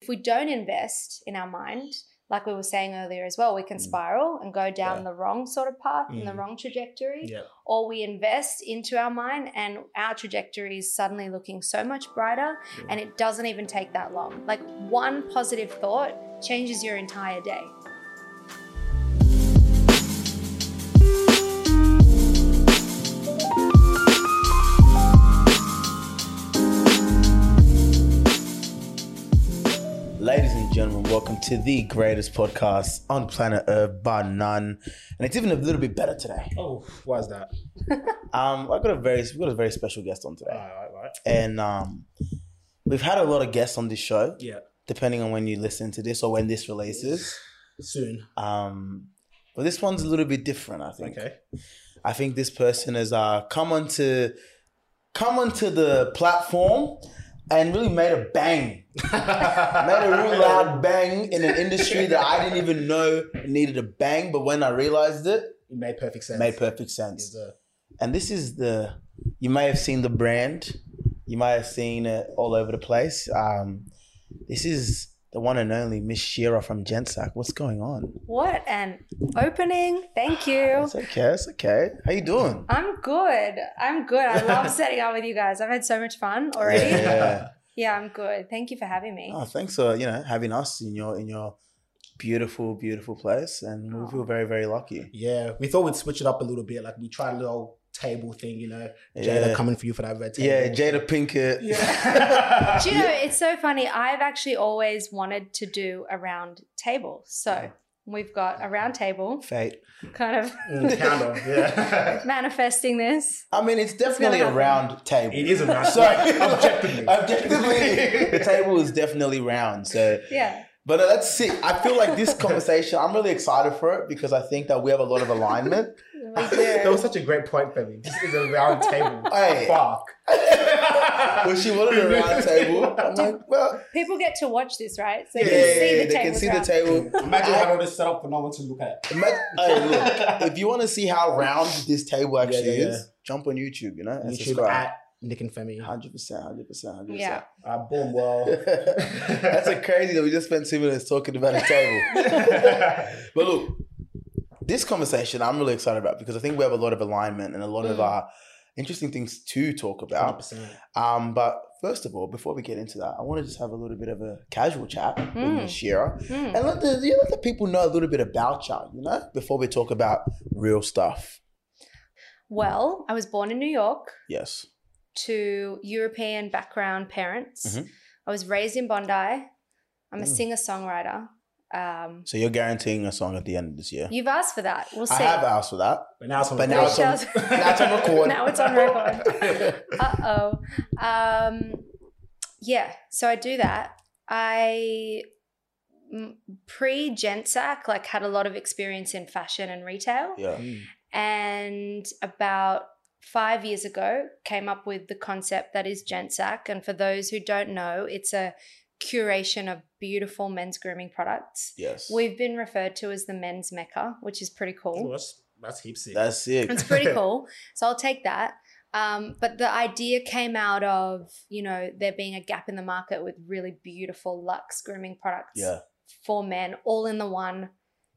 If we don't invest in our mind, like we were saying earlier as well, we can Mm. spiral and go down Yeah. the wrong sort of path and the Mm. wrong trajectory. Yeah. Or we invest into our mind and our trajectory is suddenly looking so much brighter Yeah. and it doesn't even take that long. Like one positive thought changes your entire day. Ladies and gentlemen, welcome to the greatest podcast on planet Earth by none, and it's even a little bit better today. Oh, why's that? Um, I got a very we got a very special guest on today, Alright, alright. and um, we've had a lot of guests on this show. Yeah, Depending on when you listen to this or when this releases, soon. um, but this one's a little bit different. I think. Okay. I think this person has uh, come onto come onto the platform and really made a bang. made a real loud bang in an industry that I didn't even know needed a bang, but when I realized it, It made perfect it sense. made perfect Yes, sense. sir. And this is the you may have seen the brand, you might have seen it all over the place. Um, this is the one and only Miss Shearer from Gensac. What's going on? What an opening. Thank you. It's okay, it's okay. How you doing? I'm good. I'm good. I love setting out with you guys. I've had so much fun already. Yeah. Yeah, I'm good. Thank you for having me. Oh, thanks for you know having us in your in your beautiful, beautiful place, and we feel very, very lucky. Yeah, we thought we'd switch it up a little bit. Like we tried a little table thing, you know. Jada Yeah. coming for you for that red table. Yeah, Jada Pinkett. Yeah. Do you know, it's so funny. I've actually always wanted to do a round table. So we've got a round table Fate. kind of Mm, kind of. Yeah. manifesting this. I mean, it's definitely a happen. round table. it is a nice. Sorry, objectively. objectively, the table is definitely round. So, Yeah. but uh, that's sick. I feel like this conversation. I'm really excited for it because I think that we have a lot of alignment. We That was do. such a great point, Femi. This is a round table. Hey. Fuck. When she wanted a round table, I'm like, well, People get to watch this, right? So yeah, you can see the they can table's see the round. table. Imagine having all this set up for no one to look at. Ima- hey, look, if you want to see how round this table actually yeah, yeah. is, jump on YouTube. You know, and YouTube subscribe. at Nick and Femi. Hundred percent, hundred percent, hundred Yeah. percent. Uh, boom. Well. That's a crazy that we just spent two minutes talking about a table. but look, this conversation I'm really excited about because I think we have a lot of alignment and a lot of Mm. uh, interesting things to talk about. 100%. Um, but first of all, before we get into that, I want to just have a little bit of a casual chat with Mm. Ms. Shearer Mm. and let the, you know, let the people know a little bit about you, you know, before we talk about real stuff. Well, I was born in New York Yes. to European background parents. Mhm. I was raised in Bondi. I'm a Mm. singer songwriter. Um, So you're guaranteeing a song at the end of this year. you've asked for that. We'll see. I have asked for that. But now it's on But now record. it's on- now it's on record. Now it's on record. uh oh. Um, yeah, so I do that. I pre Gentsac like had a lot of experience in fashion and retail, Yeah. Mm. and about five years ago came up with the concept that is Gentsac. And for those who don't know, it's a curation of beautiful men's grooming products. Yes. We've been referred to as the men's mecca, which is pretty cool. Ooh, that's that's heaps sick. That's sick. It's pretty cool. So I'll take that. Um, but the idea came out of, you know, there being a gap in the market with really beautiful luxe grooming products Yeah. for men, all in the one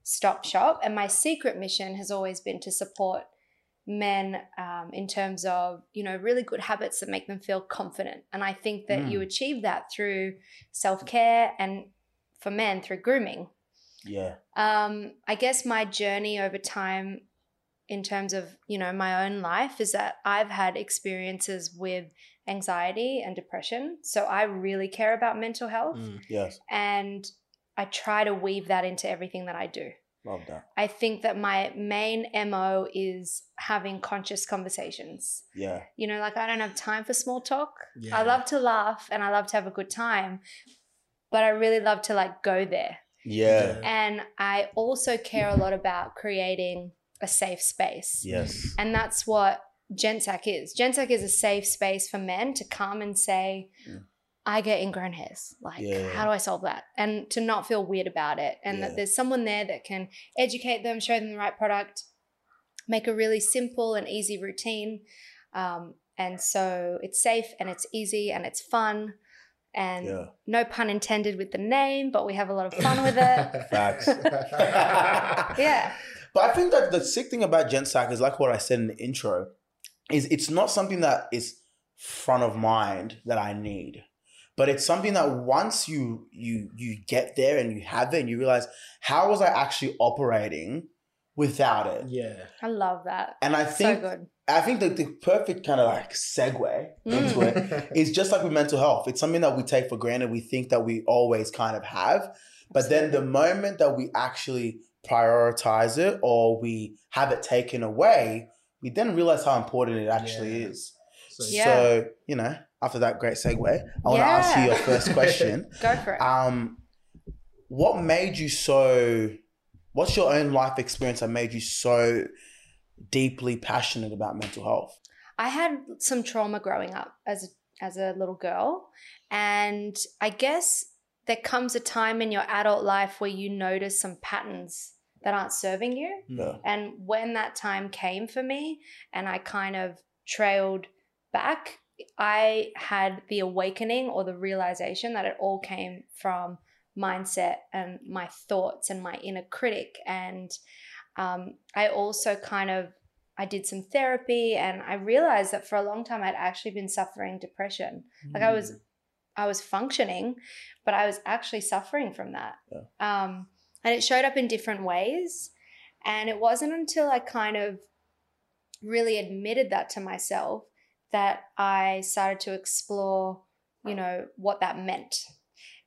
stop shop. And my secret mission has always been to support men um, in terms of, you know, really good habits that make them feel confident. And I think that you Mm. achieve that through self care and for men through grooming. Yeah. Um, I guess my journey over time in terms of, you know, my own life is that I've had experiences with anxiety and depression. So I really care about mental health Mm. Yes. and I try to weave that into everything that I do. Love that. I think that my main MO is having conscious conversations. Yeah. You know, like I don't have time for small talk. Yeah. I love to laugh and I love to have a good time, but I really love to like go there. Yeah. And I also care a lot about creating a safe space. Yes. And that's what Gensac is. Gensac is a safe space for men to come and say, Yeah. I get ingrown hairs. Like, Yeah, yeah, how do I solve that? And to not feel weird about it. And Yeah. that there's someone there that can educate them, show them the right product, make a really simple and easy routine. Um, and so it's safe and it's easy and it's fun. And Yeah. no pun intended with the name, but we have a lot of fun with it. Facts. yeah. But I think that the sick thing about GenSac is like what I said in the intro, is it's not something that is front of mind that I need. But it's something that once you you you get there and you have it and you realize how was I actually operating without it? yeah. I love that. And I So think good. I think that the perfect kind of like segue into Mm. it is just like with mental health. It's something that we take for granted. We think that we always kind of have. But then the moment that we actually prioritize it or we have it taken away, we then realize how important it actually Yeah. is. So, Yeah. So, you know, after that great segue, I want to ask you Yeah. your first question. Go for it. Um, what made you so? What's your own life experience that made you so deeply passionate about mental health? I had some trauma growing up as as a little girl, and I guess there comes a time in your adult life where you notice some patterns that aren't serving you. Yeah. And when that time came for me, and I kind of trailed back, I had the awakening or the realization that it all came from mindset and my thoughts and my inner critic. And um, I also kind of I did some therapy, and I realized that for a long time I'd actually been suffering depression. Like I Mm. was, I was functioning, but I was actually suffering from that. Yeah. Um, and it showed up in different ways. And it wasn't until I kind of really admitted that to myself that I started to explore, you know, what that meant.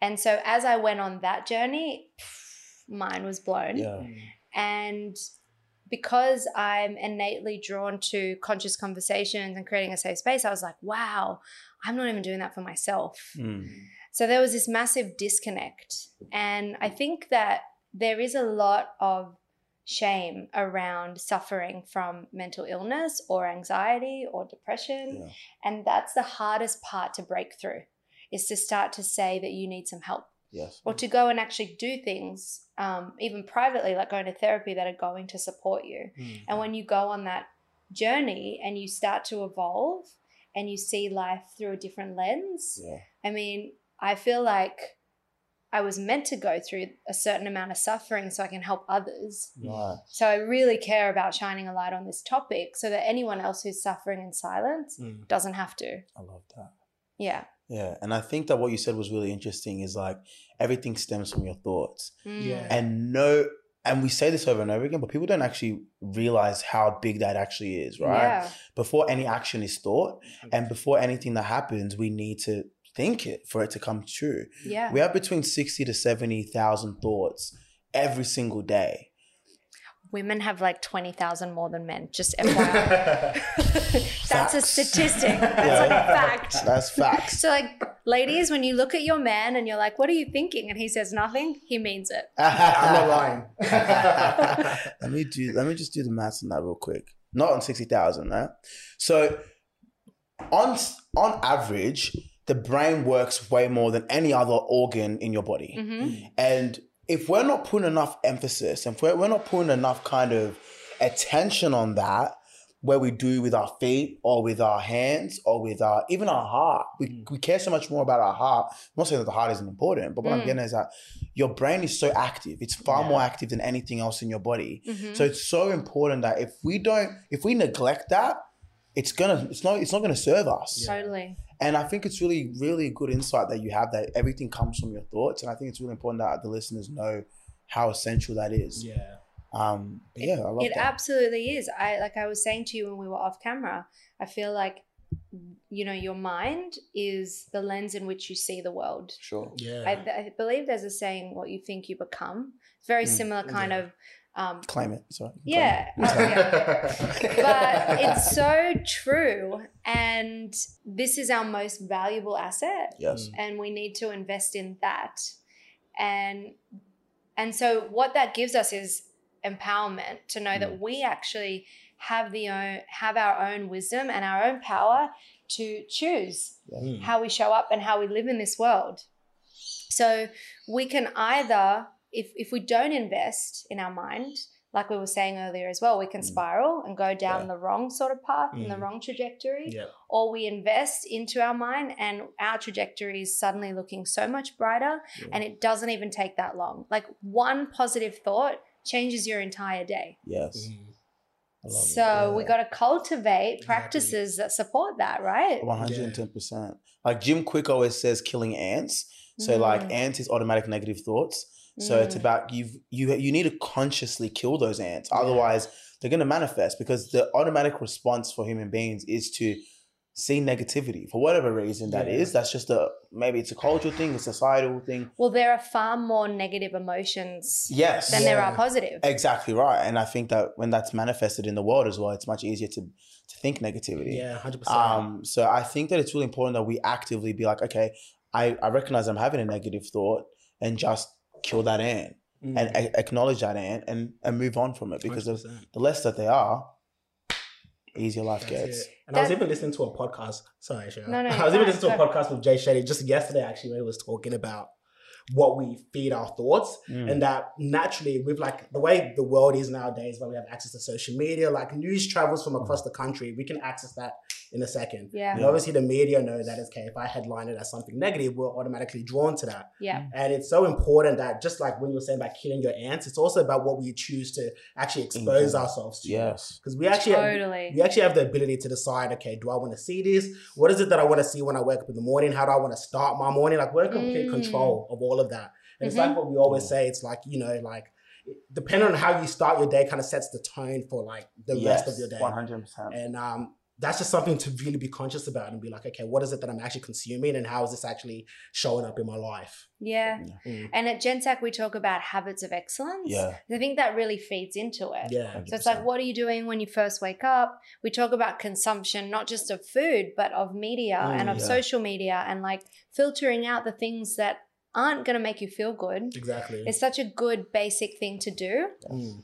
And so as I went on that journey, mine was blown. Yeah. mm, And because I'm innately drawn to conscious conversations and creating a safe space, I was like, wow, I'm not even doing that for myself. Hmm. So there was this massive disconnect. And I think that there is a lot of shame around suffering from mental illness or anxiety or depression. Yeah. And that's the hardest part to break through is to start to say that you need some help Yes. or to go and actually do things, um, even privately, like going to therapy, that are going to support you. mm. And when you go on that journey and you start to evolve and you see life through a different lens, Yeah. I mean, I feel like I was meant to go through a certain amount of suffering so I can help others. Right. So I really care about shining a light on this topic so that anyone else who's suffering in silence Mm. doesn't have to. I love that. Yeah. Yeah. And I think that what you said was really interesting is like everything stems from your thoughts. Mm. Yeah. And no and we say this over and over again, but people don't actually realize how big that actually is, right? Yeah. Before any action is thought and before anything that happens, we need to think it for it to come true. Yeah. We have between 60 to 70,000 thoughts every single day. Women have like 20,000 more than men, just FYI. That's a Facts. statistic. Yeah. That's like a fact. That's facts. So, like, ladies, when you look at your man and you're like, what are you thinking? And he says nothing, he means it. I'm not lying. let me do. Let me just do the maths on that real quick. Not on sixty thousand, right? So, on on average, the brain works way more than any other organ in your body, Mm-hmm. and if we're not putting enough emphasis, and if we're, we're not putting enough kind of attention on that, where we do with our feet or with our hands or with our even our heart, we, Mm. we care so much more about our heart. I'm not saying that the heart isn't important, but what I'm Mm. getting at is that your brain is so active; it's far Yeah. Mm. more active than anything else in your body. Mhm. So it's so important that if we don't, if we neglect that, it's gonna, it's not, it's not gonna serve us. totally. And I think it's really, really good insight that you have that everything comes from your thoughts. And I think it's really important that the listeners know how essential that is. Yeah. Um, but yeah, I love It that. absolutely is. I like I was saying to you when we were off camera, I feel like you know, your mind is the lens in which you see the world. sure. Yeah. I, I believe there's a saying, what you think you become. It's very Mm. similar kind Yeah. of um Claim it. Sorry. Claim it. yeah. Oh, yeah. but it's so true. And this is our most valuable asset. Yes. And we need to invest in that. And and so what that gives us is empowerment to know that we actually have the own have our own wisdom and our own power to choose Mm. how we show up and how we live in this world. So we can either, if, if we don't invest in our mind, like we were saying earlier as well, we can Mm. spiral and go down Yeah. the wrong sort of path and the Mm. wrong trajectory. Yeah. Or we invest into our mind and our trajectory is suddenly looking so much brighter Yeah. and it doesn't even take that long. Like one positive thought changes your entire day. Yes. Mm. Mm-hmm. I love So we Yeah. got to cultivate Exactly. practices that support that, right? 110%. Like Jim Quick always says, killing ants. So Mm. like ants is automatic negative thoughts. So it's Mm. about you've you you need to consciously kill those ants. Yeah. Otherwise, they're gonna manifest because the automatic response for human beings is to see negativity for whatever reason that Yeah. is. That's just a maybe it's a cultural thing, a societal thing. Well, there are far more negative emotions Yes. than there are Yeah. positive. Exactly right. And I think that when that's manifested in the world as well, it's much easier to to think negativity. Yeah, hundred percent. Um, so I think that it's really important that we actively be like, okay, I, I recognize I'm having a negative thought and just kill that ant Mm, and a- acknowledge that ant and, and move on from it because the, the less that they are, easier life gets. And I was That- even listening to a podcast. Sorry, Sharon. No, no, I was fine, even listening to a go. podcast with Jay Shetty just yesterday. Actually, where he was talking about what we feed our thoughts, Mm. and that naturally, with like the way the world is nowadays, where we have access to social media, like news travels from across the country, we can access that in a second. Yeah. And obviously, the media know that it's okay. If I headline it as something negative, we're automatically drawn to that. Yeah. And it's so important that just like when you were saying about killing your ants, it's also about what we choose to actually expose Mhm. ourselves to. yes. Because we actually totally. we actually have the ability to decide, okay, do I want to see this? What is it that I want to see when I wake up in the morning? How do I want to start my morning? Like we're in complete Mm. control of all of that. And it's Mhm. like what we always Mm. say, it's like, you know, like depending on how you start your day kind of sets the tone for like the rest of your day. One hundred percent. And um, that's just something to really be conscious about and be like, okay, what is it that I'm actually consuming and how is this actually showing up in my life? Yeah. Mm. And at GenSac, we talk about habits of excellence. Yeah. I think that really feeds into it. Yeah. So it's like, what are you doing when you first wake up? We talk about consumption, not just of food, but of media Mm, and of yeah. social media and like filtering out the things that aren't going to make you feel good. Exactly. It's such a good basic thing to do. Mm.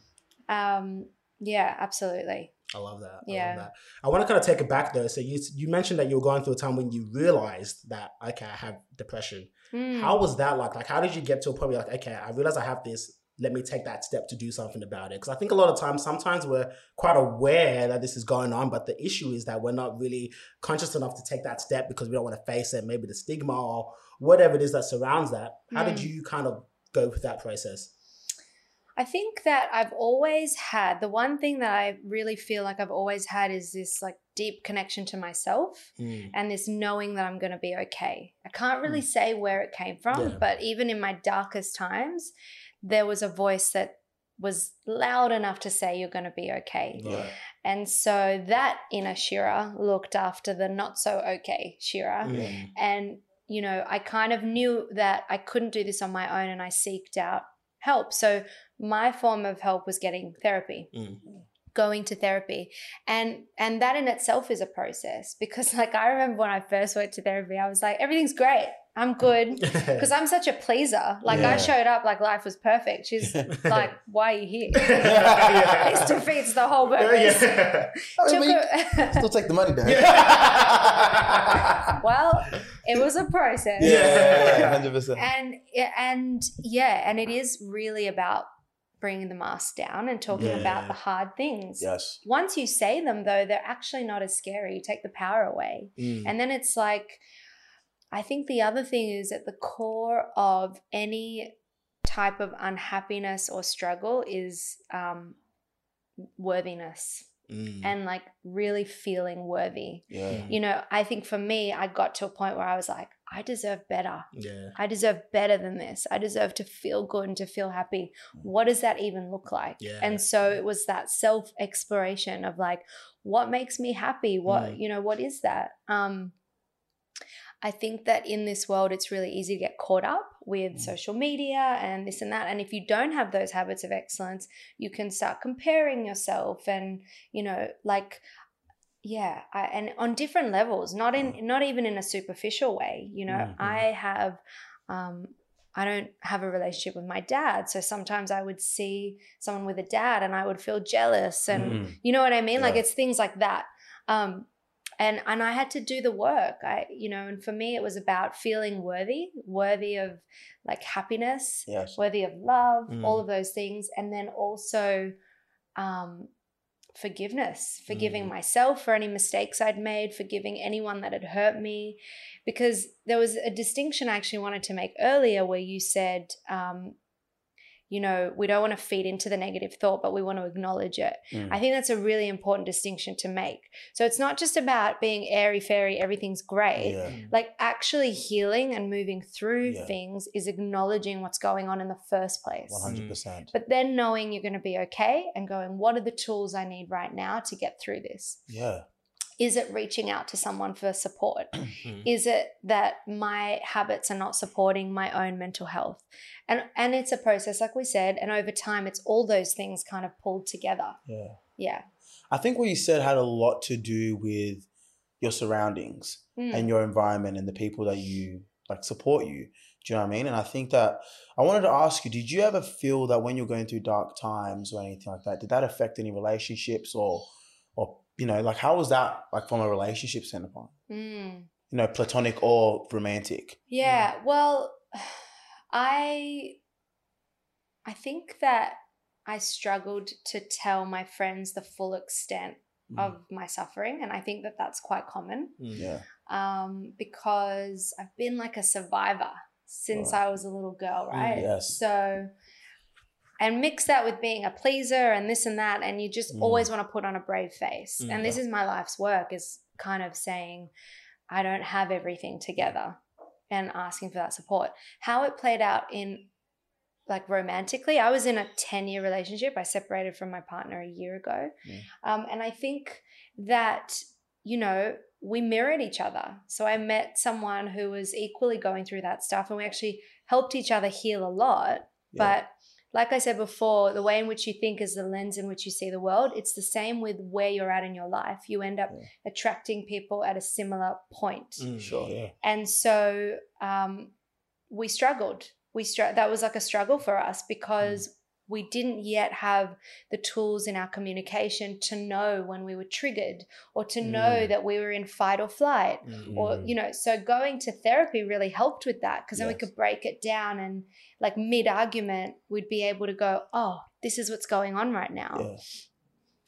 Um, yeah, absolutely. I love that. I Yeah. love that. I want to kind of take it back though. So you you mentioned that you were going through a time when you realized that okay, I have depression. Mm. How was that like? Like, how did you get to a point where you're like, okay, I realize I have this. Let me take that step to do something about it. Because I think a lot of times, sometimes we're quite aware that this is going on, but the issue is that we're not really conscious enough to take that step because we don't want to face it, maybe the stigma or whatever it is that surrounds that. How did Mm. you kind of go with that process? I think that I've always had the one thing that I really feel like I've always had is this like deep connection to myself and this knowing that I'm going to be okay. I can't really say where it came from, Yeah. but even in my darkest times, there was a voice that was loud enough to say you're going to be okay. Yeah. And so that inner Shira looked after the not so okay Shira. Mm. And, you know, I kind of knew that I couldn't do this on my own and I seeked out help. So my form of help was getting therapy Mm. going to therapy and and that in itself is a process because like i remember when i first went to therapy i was like everything's great i'm good Hmm. because i'm such a pleaser like Yeah. i showed up like life was perfect she's like why are you here Yeah. this defeats the whole purpose Yeah. I mean, Took but you a- still take the money back. Yeah. well it was a process Yeah, hundred percent. and and yeah and it is really about bringing the mask down and talking Yeah. about the hard things Yes. once you say them though they're actually not as scary you take the power away Mm. And then it's like, I think the other thing is at the core of any type of unhappiness or struggle is um, worthiness Mm. and like really feeling worthy. Yeah. You know, I think for me, I got to a point where I was like, I deserve better. yeah. I deserve better than this. I deserve to feel good and to feel happy. What does that even look like? Yeah. And so it was that self exploration of like, what makes me happy? What, Mm. you know, what is that? Um, I think that in this world, it's really easy to get caught up with Mm. social media and this and that. And if you don't have those habits of excellence, you can start comparing yourself and, you know, like, yeah, I, and on different levels, not in, not even in a superficial way. You know, Mhm. I have, um, I don't have a relationship with my dad. So sometimes I would see someone with a dad and I would feel jealous and you know what I mean? Like Mm. Yeah. it's things like that. Um, and and I had to do the work. I you know, and for me it was about feeling worthy, worthy of like happiness, Yes. worthy of love, Mm. all of those things, and then also um, forgiveness, forgiving myself for any mistakes I'd made, forgiving anyone that had hurt me. Because there was a distinction I actually wanted to make earlier where you said, um, you know, we don't want to feed into the negative thought, but we want to acknowledge it. Mm. I think that's a really important distinction to make. So it's not just about being airy fairy, everything's great. Yeah. Like actually healing and moving through Yeah. things is acknowledging what's going on in the first place. One hundred percent. But then knowing you're going to be okay and going, what are the tools I need right now to get through this? Yeah. Is it reaching out to someone for support? Mm-hmm. Is it that my habits are not supporting my own mental health? And and it's a process, like we said, and over time, it's all those things kind of pulled together. Yeah. Yeah. I think what you said had a lot to do with your surroundings Mm. and your environment and the people that you like support you. Do you know what I mean? And I think that I wanted to ask you, did you ever feel that when you're going through dark times or anything like that, did that affect any relationships or or you know, like how was that like from a relationship standpoint? Mm. You know, platonic or romantic? Yeah. Well, I I think that I struggled to tell my friends the full extent of my suffering, and I think that that's quite common Yeah. um, because I've been like a survivor since I was a little girl, right? yes. So, and mix that with being a pleaser and this and that, and you just Mm. always want to put on a brave face. Mm. And this is my life's work is kind of saying, I don't have everything together and asking for that support. How it played out in like romantically, I was in a 10 year relationship. I separated from my partner a year ago. Mm. Um, and I think that, you know, we mirrored each other. So I met someone who was equally going through that stuff and we actually helped each other heal a lot. Yeah. But like I said before, the way in which you think is the lens in which you see the world. It's the same with where you're at in your life. You end up Yeah. Mm. attracting people at a similar point. Mm, Sure, yeah. And so um, we struggled. We str- that was like a struggle for us because we didn't yet have the tools in our communication to know when we were triggered or to know Mm. that we were in fight or flight or Mm. you know so going to therapy really helped with that because then we Yes. could break it down and like mid argument we'd be able to go oh this is what's going on right now Yeah.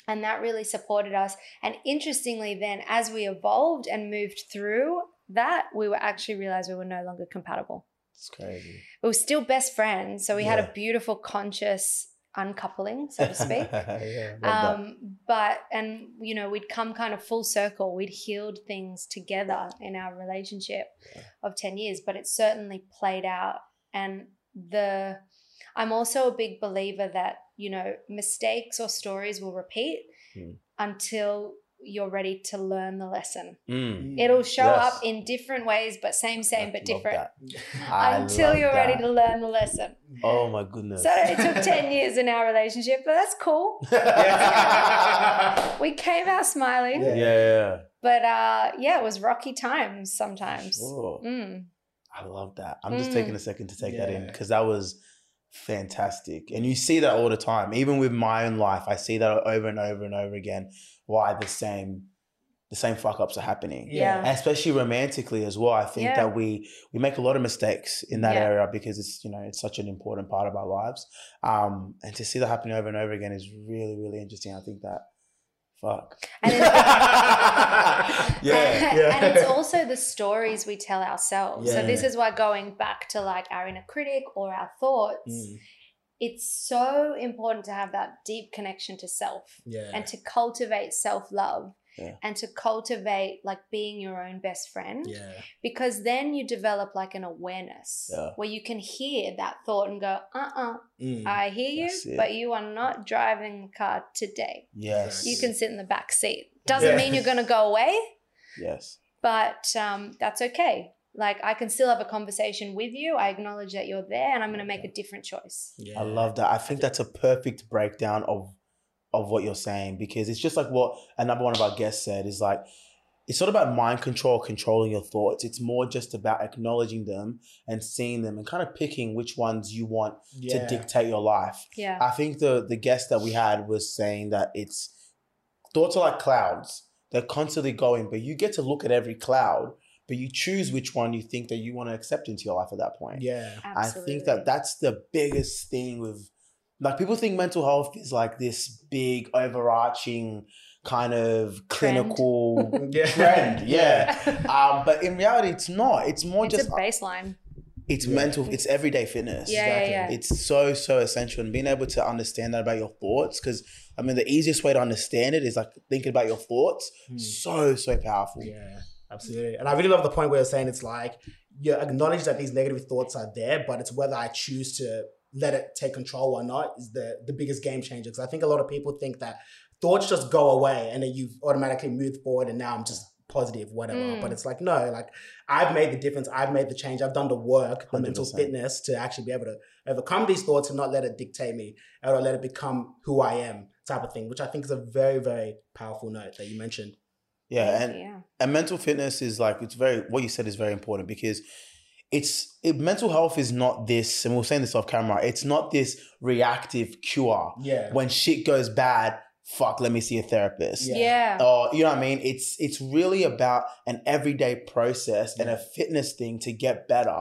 and that really supported us and interestingly then as we evolved and moved through that we were actually realized we were no longer compatible It's crazy. we were still best friends so we had Yeah. a beautiful conscious uncoupling so to speak yeah. love that. um, but and you know we'd come kind of full circle we'd healed things together in our relationship of 10 years but it certainly played out and the i'm also a big believer that you know mistakes or stories will repeat Mm. until you're ready to learn the lesson Mm. it'll show Yes. up in different ways but same same I but love different that. I until love you're ready that. to learn the lesson Oh my goodness. so it took 10 years in our relationship but that's cool yeah. we came out smiling Yeah. yeah, yeah. But uh, yeah, it was rocky times sometimes. Sure. Mm. I love that. I'm just Mm. taking a second to take that in Yeah. because that was fantastic. And you see that all the time. Even with my own life, I see that over and over and over again. Why the same the same fuck ups are happening. Yeah. And Especially romantically as well. I think Yeah. that we we make a lot of mistakes in that Yeah. area because it's you know it's such an important part of our lives. Um, and to see that happening over and over again is really really interesting. I think that fuck. And then- yeah, and, yeah. and it's also the stories we tell ourselves. So Yeah. this is why going back to like our inner critic or our thoughts, Mm, Mm. it's so important to have that deep connection to self Yeah. and to cultivate self-love Yeah. and to cultivate like being your own best friend. yeah. Because then you develop like an awareness Yeah. where you can hear that thought and go, uh-uh, Mm. I hear That's you, it. but you are not driving the car today. yes. You can sit in the back seat. Doesn't Yeah. mean you're going to go away, Yes. but um, that's okay. Like I can still have a conversation with you. I acknowledge that you're there, and I'm going to make a different choice. yeah. I love that. I think that's a perfect breakdown of of what you're saying because it's just like what another one of our guests said is like it's not about mind control controlling your thoughts it's more just about acknowledging them and seeing them and kind of picking which ones you want yeah. to dictate your life Yeah, i think the the guest that we had was saying that it's thoughts are like clouds they're constantly going but you get to look at every cloud but you choose which one you think that you want to accept into your life at that point Yeah. absolutely. I think that that's the biggest thing with Like people think mental health is like this big overarching kind of Trend. clinical Yeah. trend. Yeah. Um, but in reality, it's not. It's more it's just uh, a baseline. it's Yeah. mental. It's everyday fitness. Yeah, yeah, yeah. It's so so essential and being able to understand that about your thoughts because I mean the easiest way to understand it is like thinking about your thoughts. Hmm. So so powerful. Yeah, absolutely. And I really love the point where you're saying it's like you acknowledge that these negative thoughts are there, but it's whether I choose to let it take control or not is the the biggest game changer. Because I think a lot of people think that thoughts just go away and then you automatically move forward and now I'm just positive, whatever. Mm. But it's like no, like I've made the difference, I've made the change, I've done the work, the mental 100%. fitness to actually be able to overcome these thoughts and not let it dictate me or let it become who I am type of thing, which I think is a very, very powerful note that you mentioned. Yeah, and yeah. and mental fitness is like it's very what you said is very important because it's it, mental health is not this and we we're saying this off camera. It's not this reactive cure Yeah. when shit goes bad. Fuck, let me see a therapist. Yeah. Yeah. or you know what I mean? It's it's really about an everyday process and a fitness thing to get better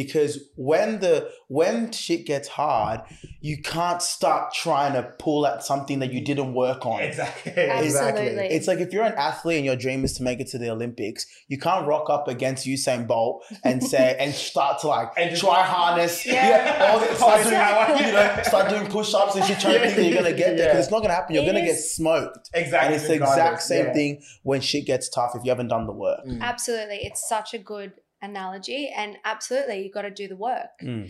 because when the when shit gets hard, you can't start trying to pull at something that you didn't work on. Exactly. Absolutely. It's like if you're an athlete and your dream is to make it to the Olympics, you can't rock up against Usain Bolt and say and start to like And just- try harness, Yeah. all the- start doing, Exactly. you know, start doing push-ups and shit, trying to think that you're gonna get there because it's not gonna happen. You're It gonna is- get smoked. Exactly. And it's the exact same thing when shit gets tough if you haven't done the work. Absolutely. It's such a good analogy. And absolutely, you got to do the work. Mm.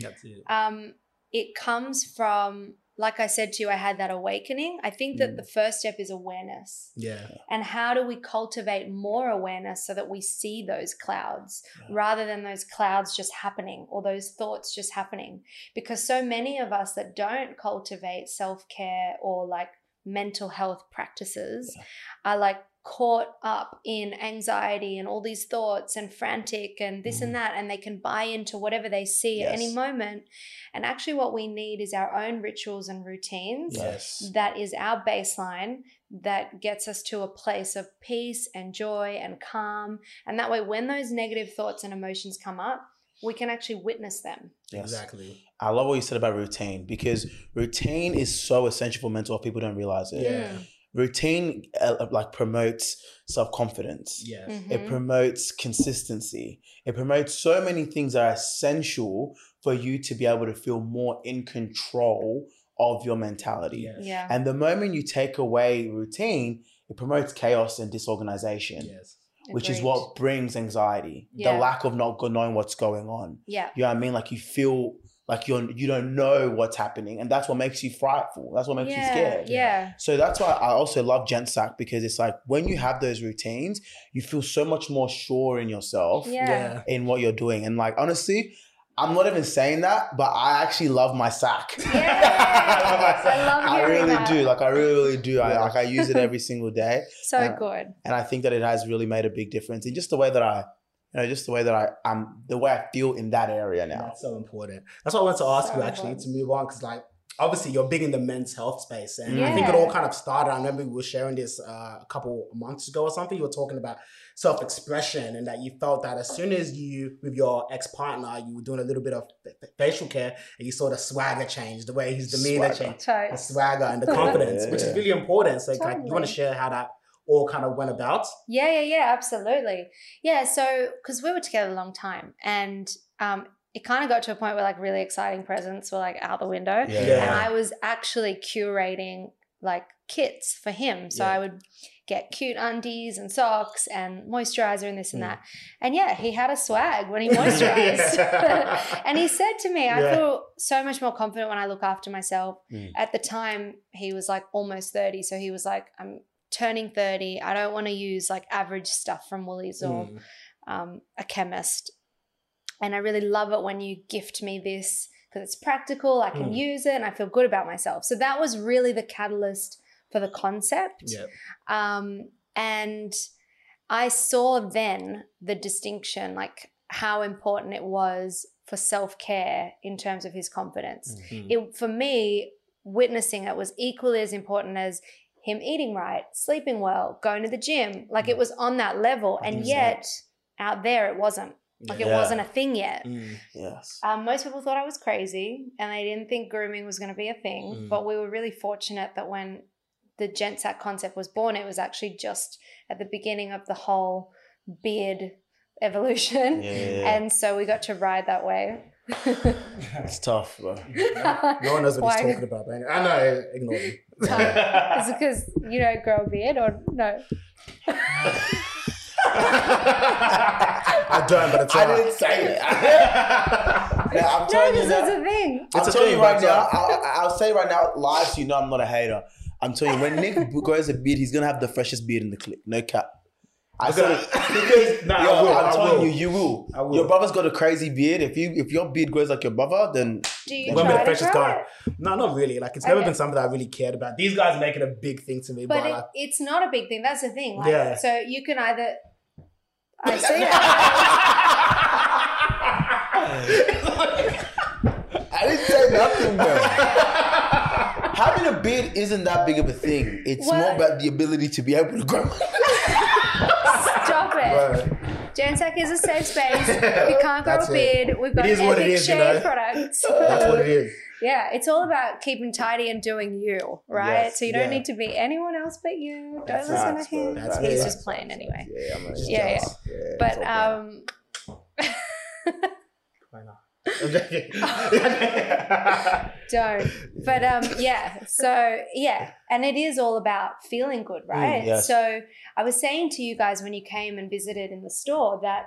Um, it comes from, like I said to you, I had that awakening. I think that Mm. the first step is awareness. Yeah. And how do we cultivate more awareness so that we see those clouds Yeah. rather than those clouds just happening or those thoughts just happening? Because so many of us that don't cultivate self care or like mental health practices are like caught up in anxiety and all these thoughts and frantic and this and that. And they can buy into whatever they see at any Mm. Yes. moment. And actually, what we need is our own rituals and routines Yes. that is our baseline that gets us to a place of peace and joy and calm. And that way, when those negative thoughts and emotions come up, we can actually witness them. Yes. Exactly. I love what you said about routine because routine is so essential for mental health. People don't realize it. Yeah. Mm. Routine uh, like promotes self confidence. Yes. Mm-hmm. It promotes consistency. It promotes so many things that are essential for you to be able to feel more in control of your mentality. Yes. yeah. And the moment you take away routine, it promotes chaos and disorganization. Yes. which is Agreed. what brings anxiety Yeah. the lack of not go- knowing what's going on Yeah. you know what i mean like you feel like you're you don't know what's happening and that's what makes you frightful that's what makes you yeah. scared Yeah. so that's why i also love gensac because it's like when you have those routines you feel so much more sure in yourself Yeah. in what you're doing and like honestly i'm not even saying that but i actually love my sack Yes. I love I hearing really that. do. Like I really do. I Yeah. like I use it every single day. So Uh, good. and I think that it has really made a big difference in just the way that I, you know, just the way that I, I'm the way I feel in that area now. That's so important. That's what I wanted to ask So you actually important. to move on because like obviously you're big in the men's health space and I think it Yeah. all kind of started. I remember we were sharing this uh, a couple months ago or something. You were talking about self expression and that you felt that as soon as you with your ex partner you were doing a little bit of fa- fa- facial care and you saw the swagger change, the way his demeanor Swagger. changed. the Totes. swagger and the confidence, Yeah. which is really important. So, like, you want Totally. to share how that all kind of went about? Yeah, yeah, yeah, absolutely. Yeah, so because we were together a long time and um, it kind of got to a point where like really exciting presents were like out the window. And Yeah. I was actually curating like kits for him. So Yeah. I would get cute undies and socks and moisturizer and this and Mm. that. And yeah, he had a swag when he moisturized. and Mm, he said to me, I Yeah. feel so much more confident when I look after myself. Mm. At the time, he was like almost 30. So he was like, I'm turning 30. I don't want to use like average stuff from Woolies or Mm. um, a chemist. And I really love it when you gift me this because it's practical, I can Mm. use it, and I feel good about myself. So that was really the catalyst for the concept. Yeah. Um, and I saw then the distinction, like how important it was for self care in terms of his confidence. Mm. It, for me, witnessing it was equally as important as him eating right, sleeping well, going to the gym. Like it was on that level. And Mhm. yet, out there, it wasn't. Like it Yeah. wasn't a thing yet. Mm. Yes. Um, most people thought I was crazy and they didn't think grooming was going to be a thing. Mm. But we were really fortunate that when the Gensac concept was born, it was actually just at the beginning of the whole beard evolution. Yeah, yeah, yeah. And so we got to ride that way. it's tough, bro. No one knows what he's Why? talking about, but anyway, I know, ignore him. Is it because you don't grow a beard or no? I don't, but it's I all didn't right. say it. Now, I'm No, telling this you is now. a thing. It's I'm a telling thing, you right but, now. uh, I'll, I'll say right now, live, so you know I'm not a hater. I'm telling you, when Nick grows a beard, he's gonna have the freshest beard in the clique. No cap. I said it because Nah, I yo, will, I'm I telling will. you, you will. I will. Your brother's got a crazy beard. If you if your beard grows like your brother, then Do you When try will the to freshest grow guy? it? No, not really. Like it's never Okay. been something that I really cared about. These guys make it a big thing to me, but, But it, like, it's not a big thing. That's the thing. Like, Yeah. So you can either. I see it. I didn't say nothing, bro. Having a beard isn't that big of a thing. It's Well- more about the ability to be able to grow. Stop it. bro, Jansac is a safe space. You can't grow That's a it. beard. We've got It is epic what it is, you shave know? products. that's what it is. yeah, it's all about keeping tidy and doing you, right? Yes, so you don't yeah. need to be anyone else but you. Don't That's listen facts, to him. bro. That's He's facts. just playing anyway. yeah, I'm Just Yeah, jealous. yeah. But okay. um, Why not? I'm joking. don't. But um, yeah. So yeah, and it is all about feeling good, right? yes. So I was saying to you guys when you came and visited in the store that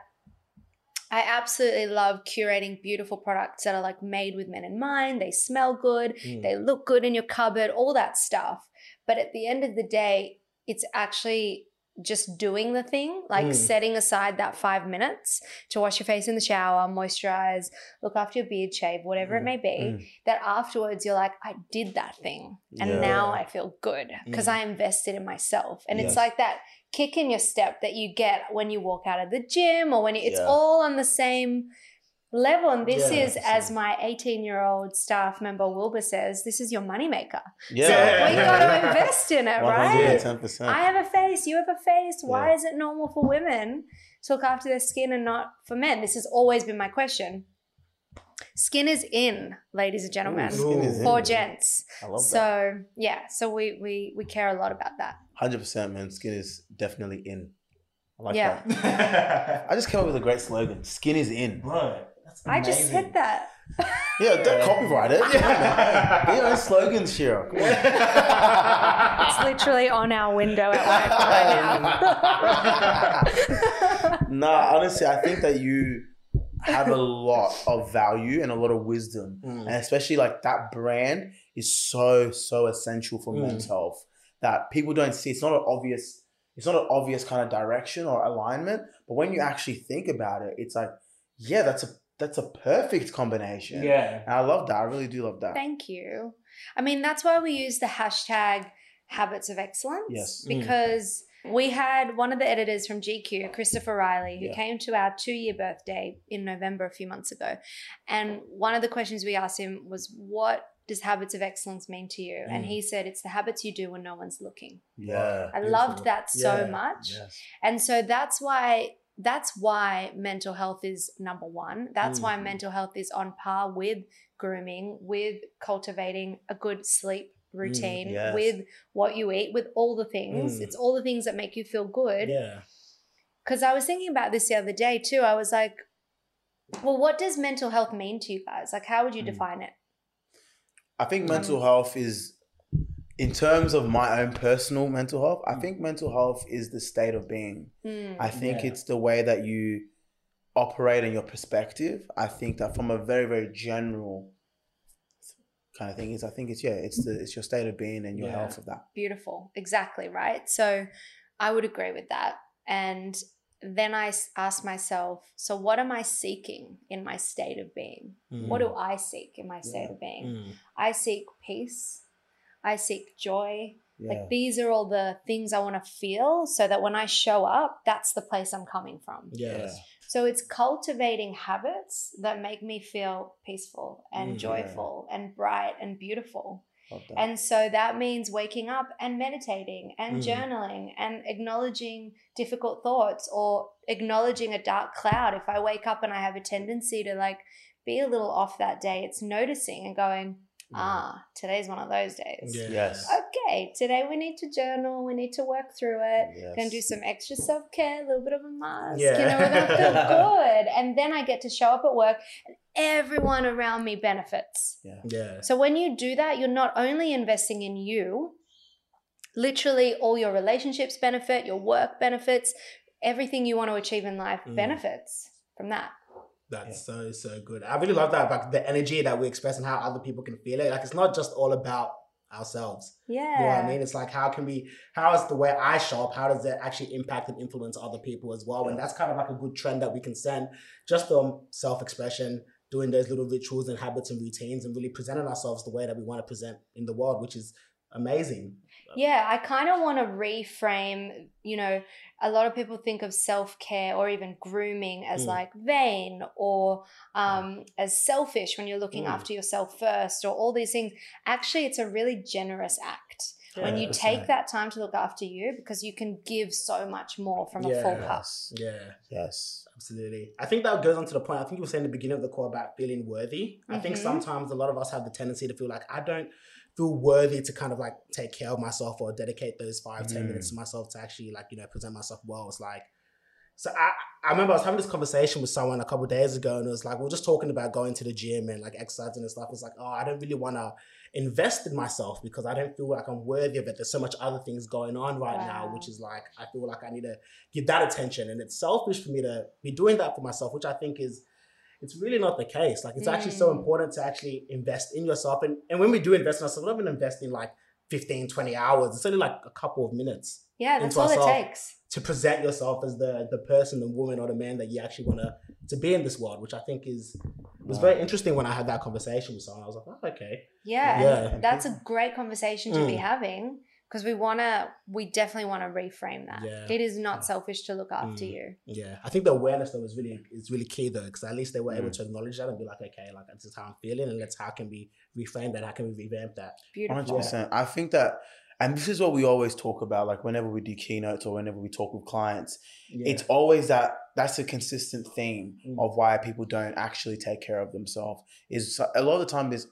I absolutely love curating beautiful products that are like made with men in mind. They smell good. Mm. Mm. They look good in your cupboard. All that stuff. But at the end of the day, it's actually just doing the thing, like Mm. setting aside that five minutes to wash your face in the shower, moisturize, look after your beard, shave, whatever it Mm. may be Mm. that afterwards you're like, I did that thing and Yeah. Mm. now I feel good because I invested in myself. And it's Yes. like that kick in your step that you get when you walk out of the gym or when you, it's Yeah. all on the same level. And this Yeah, is, so- as my 18 year old staff member Wilbur says, this is your moneymaker. yeah, We Yeah. got to invest in it, right? 110%. I have a face, you have a face. Why Yeah. is it normal for women to look after their skin and not for men? This has always been my question. Skin is in, ladies and gentlemen, Ooh, Skin is in. for gents. I love So that. yeah, so we we we care a lot about that. Hundred percent, man. Skin is definitely in. I like Yeah. that. I just came up with a great slogan. Skin is in. Bro, that's I just said amazing. that. Yeah, don't copyright it. Yeah, man. Be your own slogan, Shira. Come on. It's literally on our window at work right now. nah, honestly, I think that you have a lot of value and a lot of wisdom, Mm. and especially like that brand is so so essential for Mm. men's health that people don't see. It's not an obvious. It's not an obvious kind of direction or alignment, but when you Mm. actually think about it, it's like, yeah, that's a that's a perfect combination. Yeah. And I love that. I really do love that. Thank you. I mean, that's why we use the hashtag habits of excellence. Yes. Mm. Because we had one of the editors from GQ, Christopher Riley, who Yeah. came to our two year birthday in November a few months ago. And one of the questions we asked him was, What does habits of excellence mean to you? And Mm. he said, It's the habits you do when no one's looking. yeah. I Beautiful. loved that so Yeah. much. Yes. And so that's why that's why mental health is number one. That's why Mm-hmm. Mhm. mental health is on par with grooming, with cultivating a good sleep routine, Mm, yes. with what you eat, with all the things. Mm. It's all the things that make you feel good. Yeah. Because I was thinking about this the other day too. I was like, well, what does mental health mean to you guys? Like, how would you Mm. define it? I think Mm. Um, mental health is, in terms of my own personal mental health, Mm. I think mental health is the state of being. Mm. I think Yeah. it's the way that you operate and your perspective. I think that from a very, very general kind of thing is, I think it's, yeah, it's the, it's your state of being and your Yeah. health of that. beautiful exactly right so i would agree with that and then i s- ask myself so what am i seeking in my state of being what do i seek in my state of being Mm. i seek peace i seek joy Yeah. like these are all the things i want to feel so that when i show up that's the place i'm coming from Yes. so it's cultivating habits that make me feel peaceful and Mm, joyful and bright and beautiful Love that. And so that means waking up and meditating and Mm. journaling and acknowledging difficult thoughts or acknowledging a dark cloud. If I wake up and I have a tendency to like be a little off that day, it's noticing and going, Mm. Mm. ah, today's one of those days. Yes. Okay, today we need to journal, we need to work through it. Yes. Gonna do some extra self care, a little bit of a mask. You Yeah. know, we're gonna feel good. And then I get to show up at work and everyone around me benefits. Yeah. So when you do that, you're not only investing in you, literally all your relationships benefit, your work benefits, everything you want to achieve in life Mm. benefits from that. That's so so good. I really love that, like the energy that we express and how other people can feel it. Like it's not just all about ourselves. Yeah. You know what I mean? It's like how can we? How is the way I show up? How does that actually impact and influence other people as well? And that's kind of like a good trend that we can send just on self expression, doing those little rituals and habits and routines, and really presenting ourselves the way that we want to present in the world, which is amazing. Yeah, I kind of want to reframe, you know, a lot of people think of self care or even grooming as Mm. like vain or um, as selfish when you're looking Mm. after yourself first or all these things. Actually, it's a really generous act when you 100%. take that time to look after you because you can give so much more from a full Yeah. cup. Yes. Yeah. Yes. Absolutely. I think that goes on to the point. I think you were saying at the beginning of the call about feeling worthy. I think Mhm. sometimes a lot of us have the tendency to feel like I don't feel worthy to kind of like take care of myself or dedicate those five, ten Mm. minutes to myself to actually like, you know, present myself well. It's like so I, I remember I was having this conversation with someone a couple of days ago and it was like we are just talking about going to the gym and like exercising and stuff. It's like, oh, I don't really wanna invest in myself because I don't feel like I'm worthy of it. There's so much other things going on right now, Wow. which is like I feel like I need to give that attention. And it's selfish for me to be doing that for myself, which I think is it's really not the case. Like it's actually so Mm. important to actually invest in yourself. And and when we do invest in ourselves, we're not gonna invest in like 15, 20 hours. It's only like a couple of minutes Yeah, that's Into all ourselves. it takes. to present yourself as the the person, the woman, or the man that you actually want to to be in this world, which I think is was very interesting. When I had that conversation with someone, I was like, oh, okay, Yeah, Yeah. and that's a great conversation to be Mm. having because we want to, we definitely want to reframe that. Yeah. It is Yeah. not selfish to look after Mm. you. yeah. I think the awareness though is really is really key though, because at least they were able Mm. to acknowledge that and be like, okay, like this is how I'm feeling, and let's how can we reframe that, how can we revamp that? Beautiful. 100%. I think that, and this is what we always talk about, like whenever we do keynotes or whenever we talk with clients, Yeah. it's always that that's a consistent theme Mm. of why people don't actually take care of themselves. Is so- a lot of the time is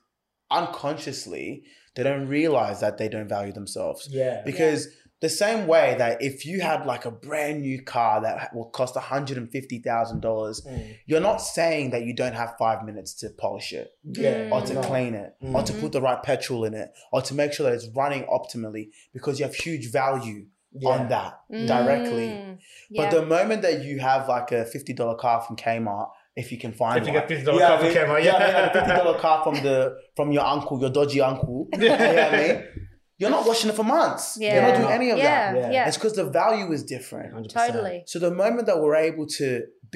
unconsciously, they don't realize that they don't value themselves. yeah, Because the same way that if you had like a brand new car that will cost $150,000, Mm. you're not saying that you don't have five minutes to polish it yeah, or to Mm. no. clean it, Mm. or to put the right petrol in it, or to make sure that it's running optimally because you have huge value Yeah. on that. Directly. Mm. But the moment that you have like a fifty dollar car from Kmart, if you can find If you one, get fifty dollars Yeah, off the we- camera, yeah, you have a fifty yeah, dollar car from the from your uncle, your dodgy uncle. you know what I mean? You're not washing it for months. You're not Yeah. doing any of yeah, that. Yeah. Yeah, It's because the value is different. 100%. totally. So the moment that we're able to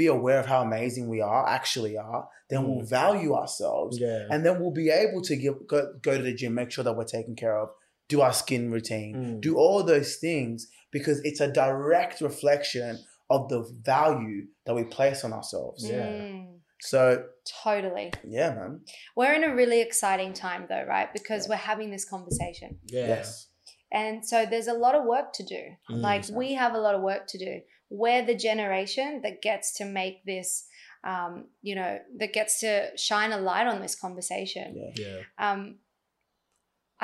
be aware of how amazing we are, actually are, then we'll value ourselves Mm. yeah. and then we'll be able to give, go, go to the gym, make sure that we're taken care of, do our skin routine, Mm. do all those things because it's a direct reflection of the value that we place on ourselves. Yeah. Mm, So, totally. yeah, man. We're in a really exciting time though, right? Because we're having this conversation. yeah. Yes. And so there's a lot of work to do. Mm. Like we have a lot of work to do. We're the generation that gets to make this um, you know, that gets to shine a light on this conversation. Yeah. yeah, um,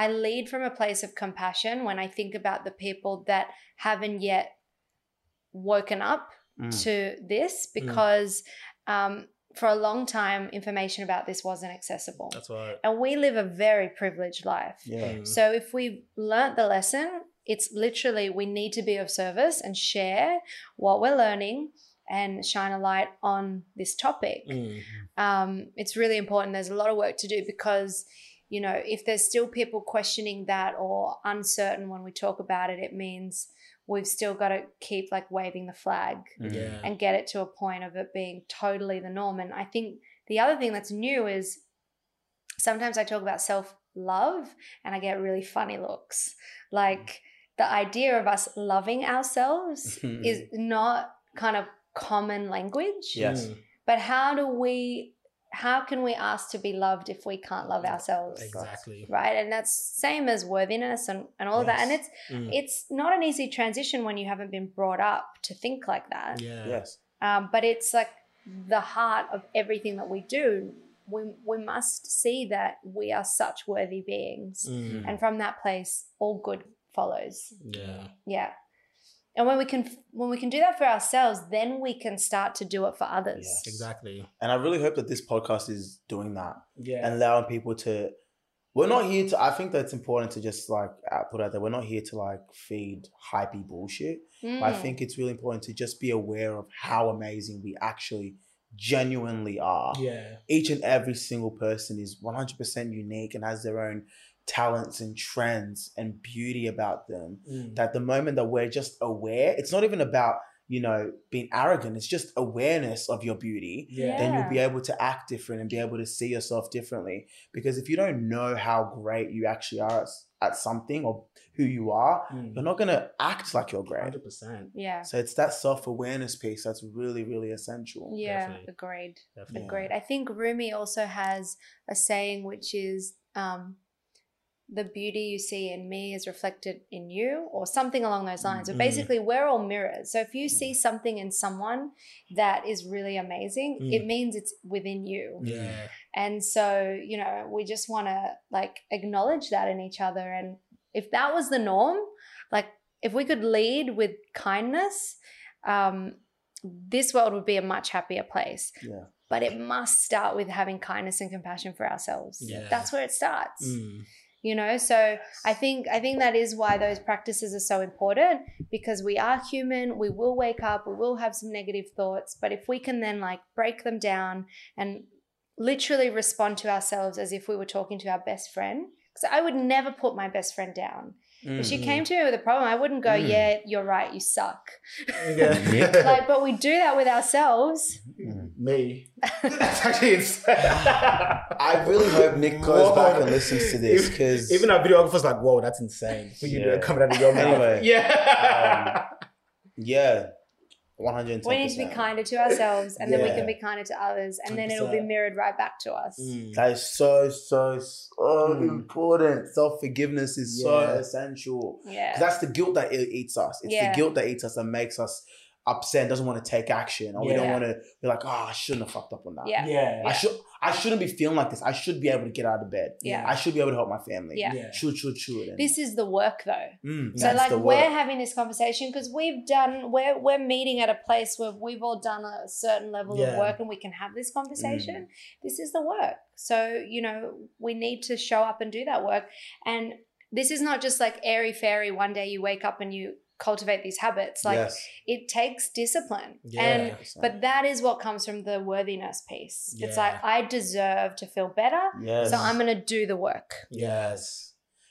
I lead from a place of compassion when I think about the people that haven't yet woken up Mm. to this Mm. because um, for a long time, information about this wasn't accessible. that's right. and we live a very privileged life. Yeah. Mm. So if we learnt the lesson, it's literally we need to be of service and share what we're learning and shine a light on this topic Mm. um, it's really important. There's a lot of work to do because, you know, if there's still people questioning that or uncertain when we talk about it, it means we've still got to keep like waving the flag Mm. yeah, and get it to a point of it being totally the norm. And I think the other thing that's new is sometimes I talk about self love and I get really funny looks. Like the idea of us loving ourselves Mm-hmm. Mm-hmm. is not kind of common language Yes. Mm. but how do we how can we ask to be loved if we can't love ourselves? Exactly. Right. And that's same as worthiness and, and all of that. And Yes. it's it's not an easy transition when you haven't been brought up to think like that. Yeah. Yes. Um, but it's like the heart of everything that we do. We, we must see that we are such worthy beings. Mm. And from that place, all good follows. Yeah. Yeah. And when we can when we can do that for ourselves, then we can start to do it for others. Yes. Exactly. And I really hope that this podcast is doing that Yeah. and allowing people to. We're not here to. I think that's important to just like uh, put out there. We're not here to like feed hypey bullshit. Mm. I think it's really important to just be aware of how amazing we actually genuinely are. yeah. Each and every single person is 100% unique and has their own talents and trends and beauty about them. Mm. That the moment that we're just aware, it's not even about, you know, being arrogant, it's just awareness of your beauty Yeah. then Yeah. you'll be able to act different and be able to see yourself differently. Because if you don't know how great you actually are at, at something or who you are, you're not going to act like you're great. Mm. Hundred percent. Yeah. So it's that self awareness piece that's really, really essential. Yeah. Definitely. Agreed. Definitely. Agreed. I think Rumi also has a saying which is um, the beauty you see in me is reflected in you, or something along those lines. But Mm. basically, we're all mirrors. So if you see something in someone that is really amazing, Mm. it means it's within you. Yeah. And so, you know, we just want to like acknowledge that in each other. And if that was the norm, like if we could lead with kindness, um, this world would be a much happier place. Yeah. But it must start with having kindness and compassion for ourselves. Yeah. That's where it starts. Mm. You know, so I think I think that is why those practices are so important because we are human, we will wake up, we will have some negative thoughts, but if we can then like break them down and literally respond to ourselves as if we were talking to our best friend. Because I would never put my best friend down. If she Mm. came to me with a problem, I wouldn't go, Mm. Yeah, you're right, you suck. Yeah. like, but we do that with ourselves. Mm. Me. That's actually insane. I really hope Nick goes Whoa. back and listens to this Even- because Even our videographer's like, whoa, that's insane. For you Yeah. to come out of your mouth. Anyway, Yeah. yeah, one hundred and ten. We need to be kinder to ourselves and then we Yeah. can be kinder to others and then it'll be 100%. mirrored right back to us. Mm. That is so so so Mm. important. Self forgiveness is Yeah. so essential. 'Cause Yeah. That's the guilt that it eats us. It's Yeah. the guilt that eats us and makes us upset and doesn't want to take action. Or we don't Yeah. want to be like, oh, I shouldn't have fucked up on that. Yeah. Yeah. I should I shouldn't be feeling like this. I should be able to get out of bed. Yeah. I should be able to help my family. Yeah. True, true, true. And, This is the work though. Mm, So that's like the we're word. having this conversation because we've done we're we're meeting at a place where we've all done a certain level of Yeah. work and we can have this conversation. Mm. This is the work. So, you know, we need to show up and do that work. And this is not just like airy fairy one day you wake up and you cultivate these habits. Like yes. it takes discipline. Yeah. And So, but that is what comes from the worthiness piece. It's Yeah. like I deserve to feel better, yes. so I'm going to do the work. Yes.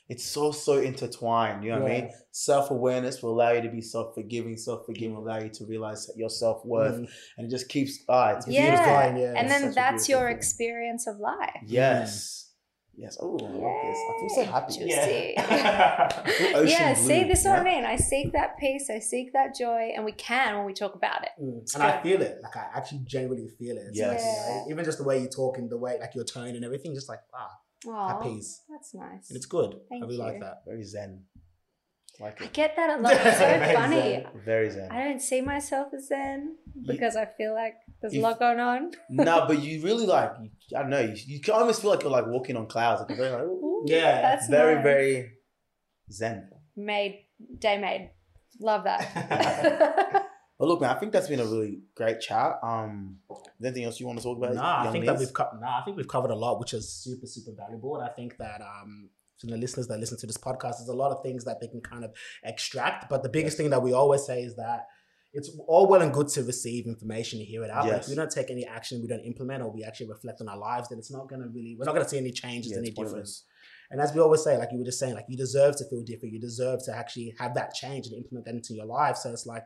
it's so so intertwined. You know what I Yeah. mean? Self awareness will allow you to be self forgiving. Self forgiving will allow you to realize your self worth, Mm. and it just keeps. Ah, it's It keeps Yeah. going, yeah. and It's then such a that's beautiful your thing. experience of life. Yes. Yes. Oh, I love this. I feel so Yay. happy. Juicy. Yeah. I feel ocean yeah, see, blue, this is yeah? what I mean. I seek that peace, I seek that joy, and we can when we talk about it. Mm. And I feel it. Like I actually genuinely feel it. It's like, Yes. you know, even just the way you talk and the way like your tone and everything, just like wow, at Oh, peace. that's nice. And it's good. Thank I really you. like that. Very zen. Like I it. get that a lot. It's so Amazing. funny. Very zen. I don't see myself as Zen You- because I feel like there's a you- lot going on. no, but you really like you- I don't know you, you can almost feel like you're like walking on clouds. Like you're very like ooh, Ooh, Yeah, that's very nice. very zen. made day made. Love that. But look, man, I think that's been a really great chat. Um, is there anything else you want to talk about? Nah, I young think that Liz? we've co- nah, I think we've covered a lot, which is super super valuable, and I think that um. To the listeners that listen to this podcast, there's a lot of things that they can kind of extract. But the biggest thing that we always say is that it's all well and good to receive information and hear it out. But Yes. if we don't take any action, we don't implement, or we actually reflect on our lives, then it's not going to really, we're not going to see any changes, Yeah, any it's pointless. difference. And as we always say, like you were just saying, like you deserve to feel different. You deserve to actually have that change and implement that into your life. So it's like,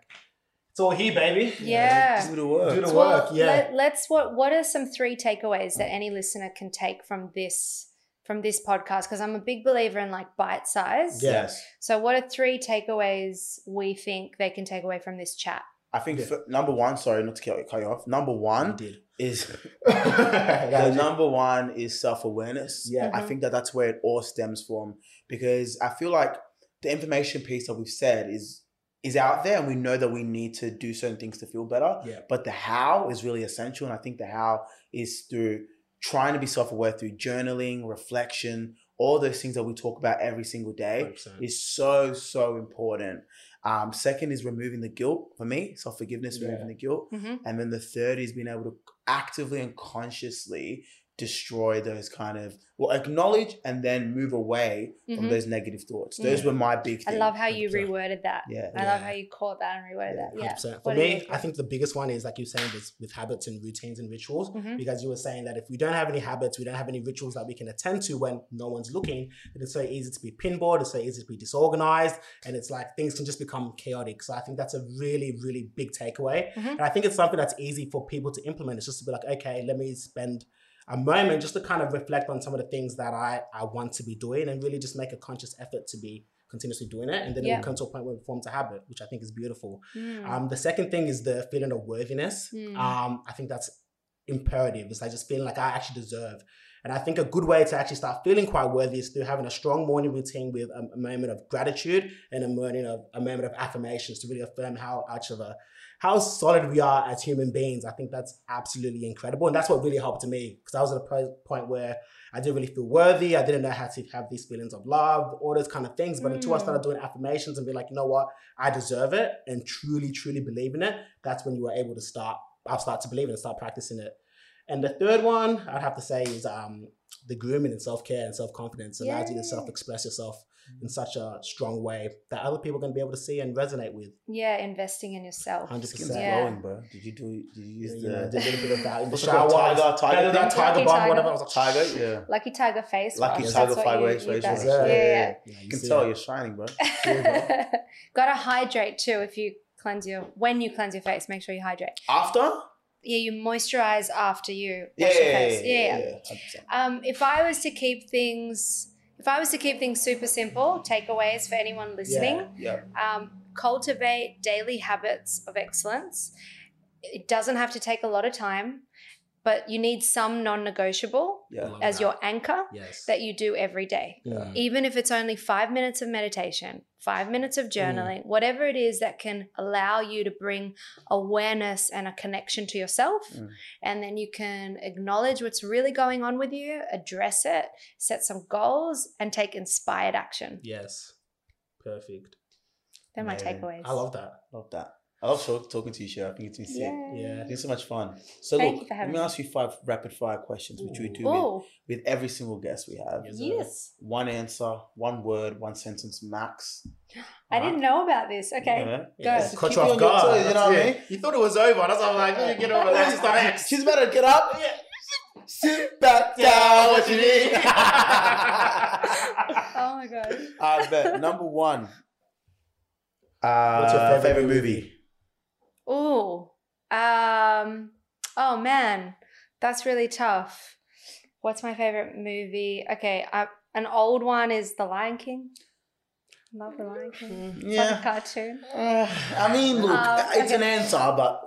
it's all here, baby. yeah. Just do the work. Do the So, work. Yeah. Let, us what what are some three takeaways that any listener can take from this from this podcast? Because I'm a big believer in like bite size. Yeah. Yes, So what are three takeaways we think they can take away from this chat? I think Yeah. fir- number one, sorry, not to cut cut you off. Number one did. is yeah, the number one is self awareness. yeah. Mhm. I think that that's where it all stems from because I feel like the information piece that we've said is is out there and we know that we need to do certain things to feel better. Yeah. But the how is really essential. And I think the how is through trying to be self aware through journaling, reflection, all those things that we talk about every single day 100%. is so, so important. Um, second is removing the guilt for me, self forgiveness, Yeah. removing the guilt. Mhm. And then the third is being able to actively and consciously destroy those kind of well acknowledge and then move away from Mhm. those negative thoughts. Those Yeah. were my big Mm. I things. love how you 100%. reworded that. yeah. I love Yeah. how you caught that and reworded that. Yeah. 100%. For What do you me, think? I think the biggest one is like you're saying with, with habits and routines and rituals. Mhm. Because you were saying that if we don't have any habits, we don't have any rituals that we can attend to when no one's looking, then it's so easy to be pinballed, it's so easy to be disorganized, and it's like things can just become chaotic. So I think that's a really, really big takeaway. Mhm. And I think it's something that's easy for people to implement. It's just to be like, okay, let me spend a moment just to kind of reflect on some of the things that I, I want to be doing and really just make a conscious effort to be continuously doing it. And then it Yeah. will come to a point where it forms a habit, which I think is beautiful. Mm. Um, the second thing is the feeling of worthiness. Mm. Um, I think that's imperative. It's like just feeling like I actually deserve. And I think a good way to actually start feeling quite worthy is through having a strong morning routine with um, a, a moment of gratitude and a moment of a moment of affirmations to really affirm how much of a how solid we are as human beings. I think that's absolutely incredible, and that's what really helped me because I was at a po- point where I didn't really feel worthy. I didn't know how to have these feelings of love, all those kind of things. But until I Mm. started doing affirmations and be like, you know what, I deserve it, and truly, truly believe in it, that's when you were able to start. I'll start to believe it and start practicing it. And the third one I'd have to say is um, the grooming and self care and self confidence allows you to Yay. self express yourself in such a strong way that other people are going to be able to see and resonate with. yeah, investing in yourself. 100%. Skin's Yeah. glowing, bro. Did you do did you use you know, the did a little bit of that in the What's it shower. called? Tiger- tiger Yeah, that thing? tiger Lucky bomb, tiger. whatever. I was like, tiger? Yeah. Lucky Tiger face. Lucky wash, Tiger that's what Five you- Ways you Ways guys- Wash. Yeah, yeah. You see can tell that. you're shining, bro. Gotta hydrate too if you cleanse your when you cleanse your face, make sure you hydrate. After? Yeah, you moisturize after you Yeah. wash your face. Yeah, yeah. yeah, 100%. Um, if I was to keep things if I was to keep things super simple, takeaways for anyone listening, Yeah. um, cultivate daily habits of excellence. It doesn't have to take a lot of time, but you need some non negotiable Yeah. Love as that. your anchor yes. that you do every day. Yeah. Even if it's only five minutes of meditation, five minutes Mm. of journaling, whatever it is that can allow you to bring awareness and a connection to yourself. Mm. And then you can acknowledge what's really going on with you, address it, set some goals, and take inspired action. Yes. Perfect. They're my Amazing. takeaways. I love that. Love that. I love talk- talking to you, Cher. I think it's been sick. Yay. Yeah. It's been so much fun. So Thank look, you for let having me me. ask you five rapid fire questions, which we Ooh. do with, Oh, with every single guest we have. Yes. yes. One answer, one word, one sentence max. I didn't know about this. Okay. Yeah. Yes. Just Caught keep you off you on your guard. toes, you know what I That's it. You thought it was over. That's why I'm like, let me get over that. Just start X. She's better get up. Sit back down. What you need? I Oh my god. bet. Number one. Uh, What's your favorite movie? Oh. Um. Oh man, that's really tough. What's my favorite movie? Okay, I, an old one is The Lion King. Love The Lion King. It's like a Mm, Yeah. cartoon. Uh, I mean, look, Um, it's an answer, but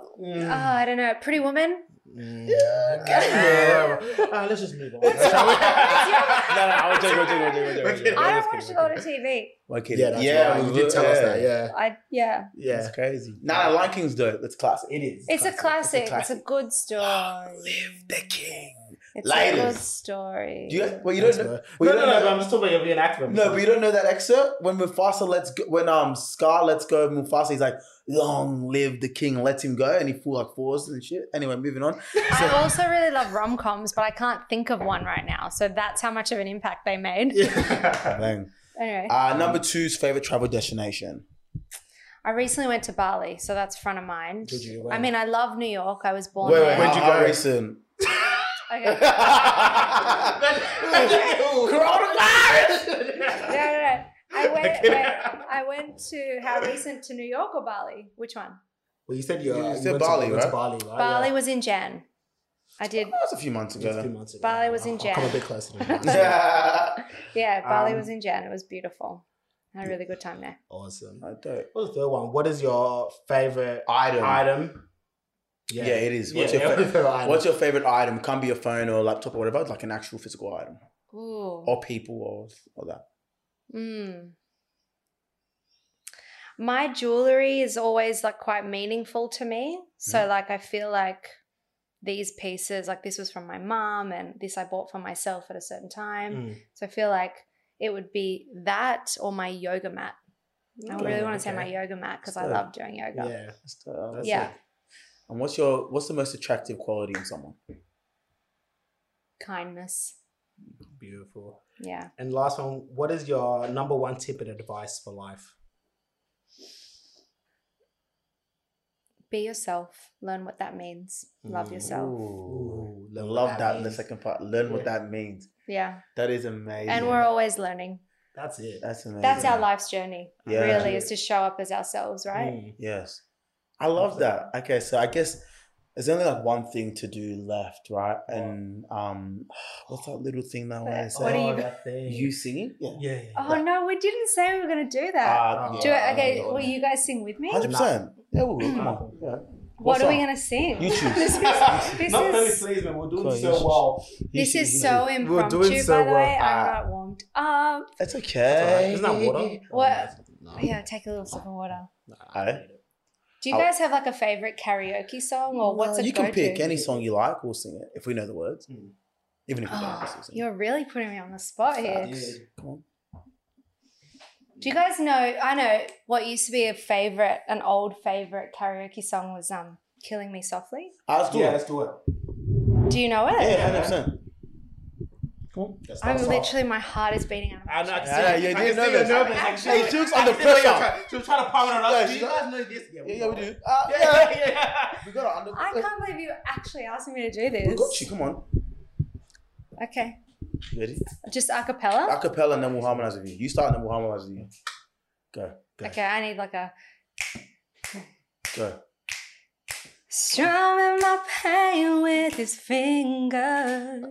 mm. Oh, I don't know. Pretty Woman. Yeah. Uh, Mm. let's just move on. It's all right. no, no, I was joking, I was joking, I was joking, I was joking, I was joking. I Just don't watch kidding, a lot of TV. Okay. Yeah, that's yeah, right. You did tell us that. Yeah, I yeah. yeah. That's crazy. Nah, Lion King's dope. That's classic. It is. It's a classic. It's a, classic. Oh, good story. Oh, Live the king. It's a good Ladies. story. Do you? Well, you don't. Know, No, well, no, you no, don't no. know- I'm just talking about you being active. No, but you don't know that excerpt when Mufasa lets go, when um Scar lets go of Mufasa. He's like, "Long live the king," lets him go, and he full like falls and shit. Anyway, moving on. I also really love rom coms, but I can't think of one right now. So that's how much of an impact they made. Yeah. Bang. Anyway, Uh, number two's favorite travel destination. I recently went to Bali, so that's front of mind. Did you? I mean, I love New York. I was born Wait, wait, there. when'd you How- how go? recent? Okay. No, coronavirus. no, no. I went. wait, I went to how recent to New York or Bali? Which one? Well, you said you, uh, You you said went to- Bali, you went to right? Bali, right? Bali Oh, Yeah. was in Jan. I did. That was a few months It's a few ago. months ago. Bali was in I'll Come a Jan. bit closer. To that. Yeah. Yeah, Bali Um, was in Jan. It was beautiful. I had a really good time there. Awesome. I don't. What's the third one? What is your favorite Item. item? Yeah, it is. What's Yeah, your fa- favorite item? What's your favorite item? Can be a phone or a laptop or whatever, like an actual physical item Oh, Ooh. or people or or that. Mm. My jewelry is always like quite meaningful to me. Mm. So like I feel like these pieces, like this was from my mom and this I bought for myself at a certain time. Mm. So I feel like it would be that or my yoga mat. I really Oh, want to say my okay. yoga mat because I Still. love doing yoga. Yeah. That's the- That's Yeah. it. And what's your what's the most attractive quality in someone? Kindness. Beautiful. Yeah. And last one, what is your number one tip and advice for life? Be yourself. Learn what that means. Love Mm. yourself. Ooh, learn what love that that. in the means. second part. Learn what Yeah. that means. Yeah. That is amazing. And we're always learning. That's it. That's amazing. That's our life's journey. Yeah. Really, is to show up as ourselves, right? Mm. Yes. I love that. Okay, so I guess there's only like one thing to do left, right? And um what's that little thing that I want to What say? do you- Oh, that thing. You singing? Yeah. Yeah. yeah, yeah. Oh no, we didn't say we were gonna do that. Ah, Uh, do it, yeah. okay, Yeah. will you guys sing with me? Hundred percent. Yeah, we will. Come on. Mm. Yeah. What What's are we up? gonna sing? You choose. this is this Not only is, please, man. We're doing Cool, so you should- well. You this should- is you so should- impromptu. so by the way, well. I'm Ah. not warmed up. That's That's all right. okay. Isn't that water? What? No. Yeah, take a little sip of water. No, Aye. hate it. Do you Oh. guys have like a favorite karaoke song or what's a you can go-to? pick any song you like. We'll sing it if we know the words, Mm. even if we don't. Oh, we'll sing it. you're really putting me on the spot here. Yeah. Come on. Do you guys know? I know what used to be a favorite, an old favorite karaoke song was um "Killing Me Softly." Ah, let's do Yeah, it. let's do it. Do you know it? Yeah, hundred percent. Let's I'm start off. literally my heart is beating out of my I know. I chest. can Yeah, see- yeah, I you're can see you're nervous. nervous. I can see Hey, it. Jukes I can under see it. pressure. Try- She was trying to palm it on Yeah, us. Do she's you like- guys know this? Yeah, Yeah, yeah, we know do. it. Ah, Yeah, yeah. yeah, yeah. We got it under. I can't believe you actually asked me to do this. We got you. Come on. Okay. You ready? Just a cappella? Acapella, and then we'll harmonize with you. You start, and then we'll harmonize with you. Go, Okay, I need like a go. strumming my pain with his fingers,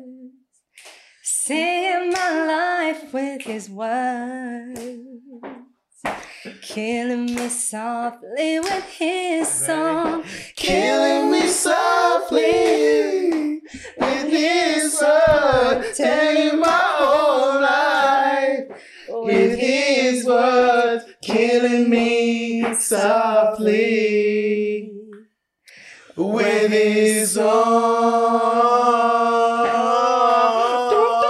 singing my life with his words, killing me softly with his song, Killing me softly with his word, taking my whole life with his words, killing me softly with his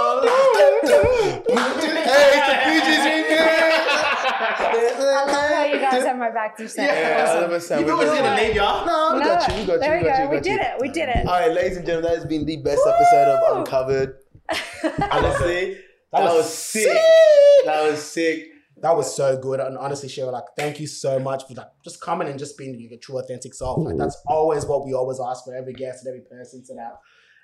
song. hey, it's the PG's in here. I love how you guys have my back through Yeah, sex. 100%. You knew it was gonna name y'all. No, we got you. We got you. there we we got go. you. we got did you. it. We did it. All right, ladies and gentlemen, that has been the best episode of Woo! Uncovered. Honestly, that, was, sick. That was sick. That was so good. And honestly, Cheryl, like, thank you so much for like just coming and just being your true authentic self. Like that's always what we always ask for every guest and every person so that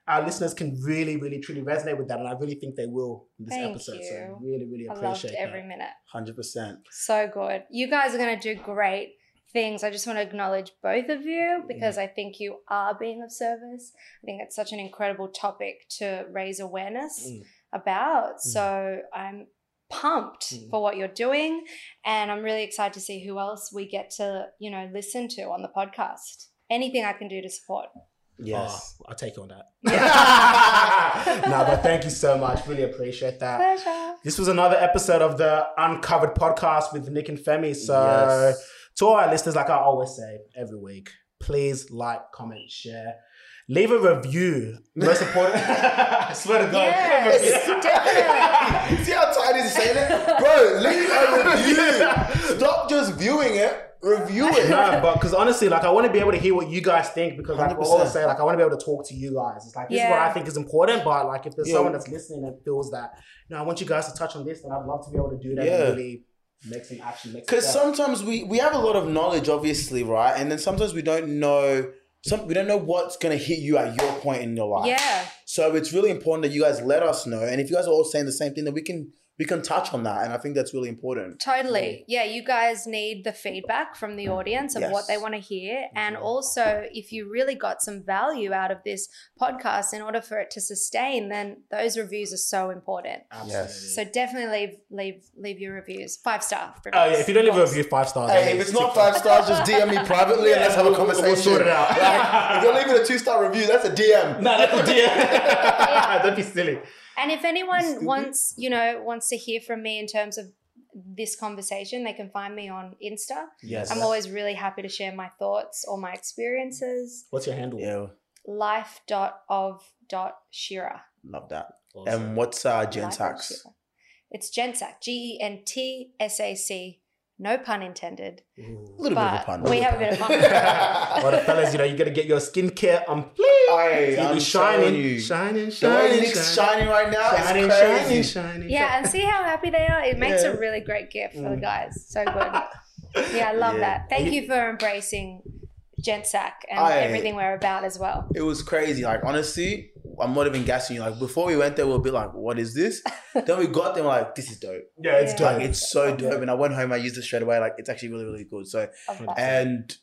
our listeners can really, really truly resonate with that. And I really think they will in this Thank episode. you. So really, really I loved appreciate every that. Ah, minute. Hundred percent. So good. You guys are going to do great things. I just want to acknowledge both of you because I think you are being of service. I think it's such an incredible topic to raise awareness Mm. about. So I'm pumped Mm. for what you're doing and I'm really excited to see who else we get to, you know, listen to on the podcast. Anything I can do to support. Yes. Oh, I'll take you on that. no, but thank you so much. Really appreciate that. Pleasure. This was another episode of the Uncovered podcast with Nick and Femi. So, Yes. to all our listeners, like I always say every week, please like, comment, share, leave a review. Most important, I swear to God, Yes, definitely. See how tight is saying it, bro. Leave a review. Stop just viewing it. Review it. No, but because honestly, like I want to be able to hear what you guys think because like I 100%. always say, like I want to be able to talk to you guys. It's like this is what Yeah. I think is important, but like if there's Yeah. someone that's listening and feels that, you know, I want you guys to touch on this, then I'd love to be able to do that Yeah. and really make some action. make some Because steps. sometimes we we have a lot of knowledge, obviously, right? And then sometimes we don't know. Some, we don't know what's gonna hit you at your point in your life. Yeah. So it's really important that you guys let us know. And if you guys are all saying the same thing, then we can we can touch on that, and I think that's really important. Mm. Totally. Yeah, you guys need the feedback from the audience of what Yes. they want to hear. And Mm-hmm. also, if you really got some value out of this podcast in order for it to sustain, then those reviews are so important. Mm. So definitely leave leave leave your reviews. Five star reviews. oh yeah, if you don't leave a Yes. review, five stars. Hey, if it's not five stars, just DM me privately and let's have a We'll- we'll- conversation. we'll sort it out. Like, if you're leaving a two star review, that's a DM. no, that's a DM. Don't be silly. And if anyone Stupid. wants, you know, wants to hear from me in terms of this conversation, they can find me on Insta. Yes. I'm always really happy to share my thoughts or my experiences. What's your handle? Yeah, Life.of.shira. love that. Awesome. And what's uh, Life Gen of Tax? Shira. It's Gensac. G E N T S A C. No pun intended. A Ooh. little bit of a But pun. we have a bit of fun. Well, the fellas, you know, you gotta get your skincare on. Hey, You I'm be shining. shining, You. shining, The way shining, Nick's shining right now shining, is crazy. shining, shining. Yeah, and see how happy they are. It makes a Yeah. really great gift for the Mm. guys. So good. Yeah, I love Yeah. that. Thank you for embracing Gensac and I- everything we're about as well. It was crazy. Like honestly, I'm not even gassing you. Like before we went there, we were a bit like, "What is this?" then we got there, we're like, "This is dope." Yeah, it's Yeah. dope. Like it's so dope. And I went home, I used it straight away. Like it's actually really, really good. So Of that. and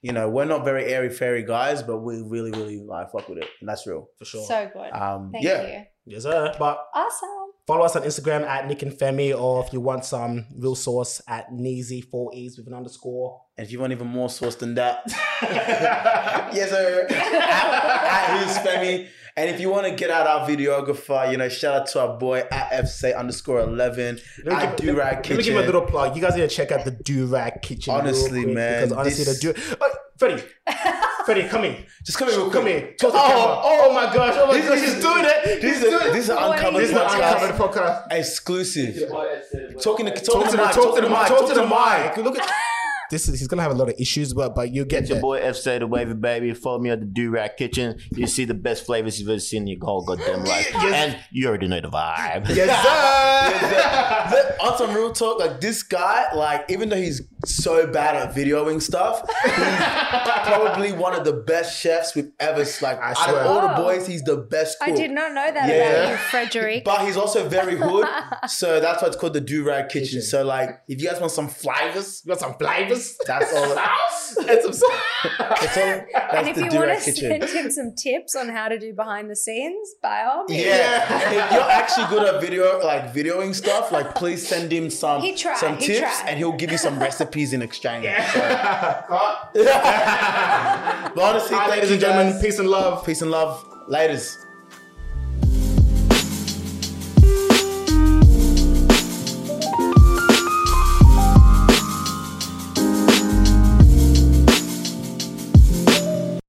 you know, we're not very airy fairy guys, but we really, really like fuck with it, and that's real. for sure. So good. Um, Thank yeah, you. yes, sir. But Awesome. Follow us on Instagram at Nick and Femi, or if you want some real sauce at Neezy, four E's with an underscore. and if you want even more sauce than that, yeah. yes, sir. at, at who's Femi. And if you want to get out our videographer, you know, shout out to our boy at fc underscore eleven. Let me At give- let- Durag Let me give him a Kitchen. little plug. You guys need to check out the Durag Kitchen. real Honestly, quick, man, Because honestly, this- the Durag. Oh, Freddie, Freddie, come in. Just come here, real Come quick. in. Talk to Oh, the camera. oh my gosh. Oh my This gosh. is- He's doing it. This He's is a, doing it. this is an What uncovered is This is the podcast, uncovered podcast. exclusive. Talking Talking to to talk to the mic, talk to the mic, talk to the mic. Look at this. Is, he's gonna have a lot of issues, but but you'll get It's your there. boy FC the Wavy Baby. Follow me at the Do Rack Kitchen. You see the best flavors you've ever seen in your whole goddamn life. And you already know the vibe. Yes, sir. Yes, sir. On some real talk, like this guy, like even though he's so bad at videoing stuff, he's probably one of the best chefs we've ever. Like I out swear. of all the Wow. boys, he's the best. I cook. did not know that about Yeah. you, Frederick. But he's also very hood, so that's why it's called the Do Rag Kitchen. Kitchen. So like, if you guys want some flavors, You got some flavors? that's all. and some sauce. That's all. and That's if the you Do want to Rag Kitchen. send him some tips on how to do behind the scenes, by all means. Yeah. if you're actually good at video, like videoing stuff, like please send him some He tried, some he tips, tried. and he'll give you some recipes in exchange. Cut. but honestly, All right, thank ladies you, and gentlemen, guys. peace and love. Peace and love. Laters.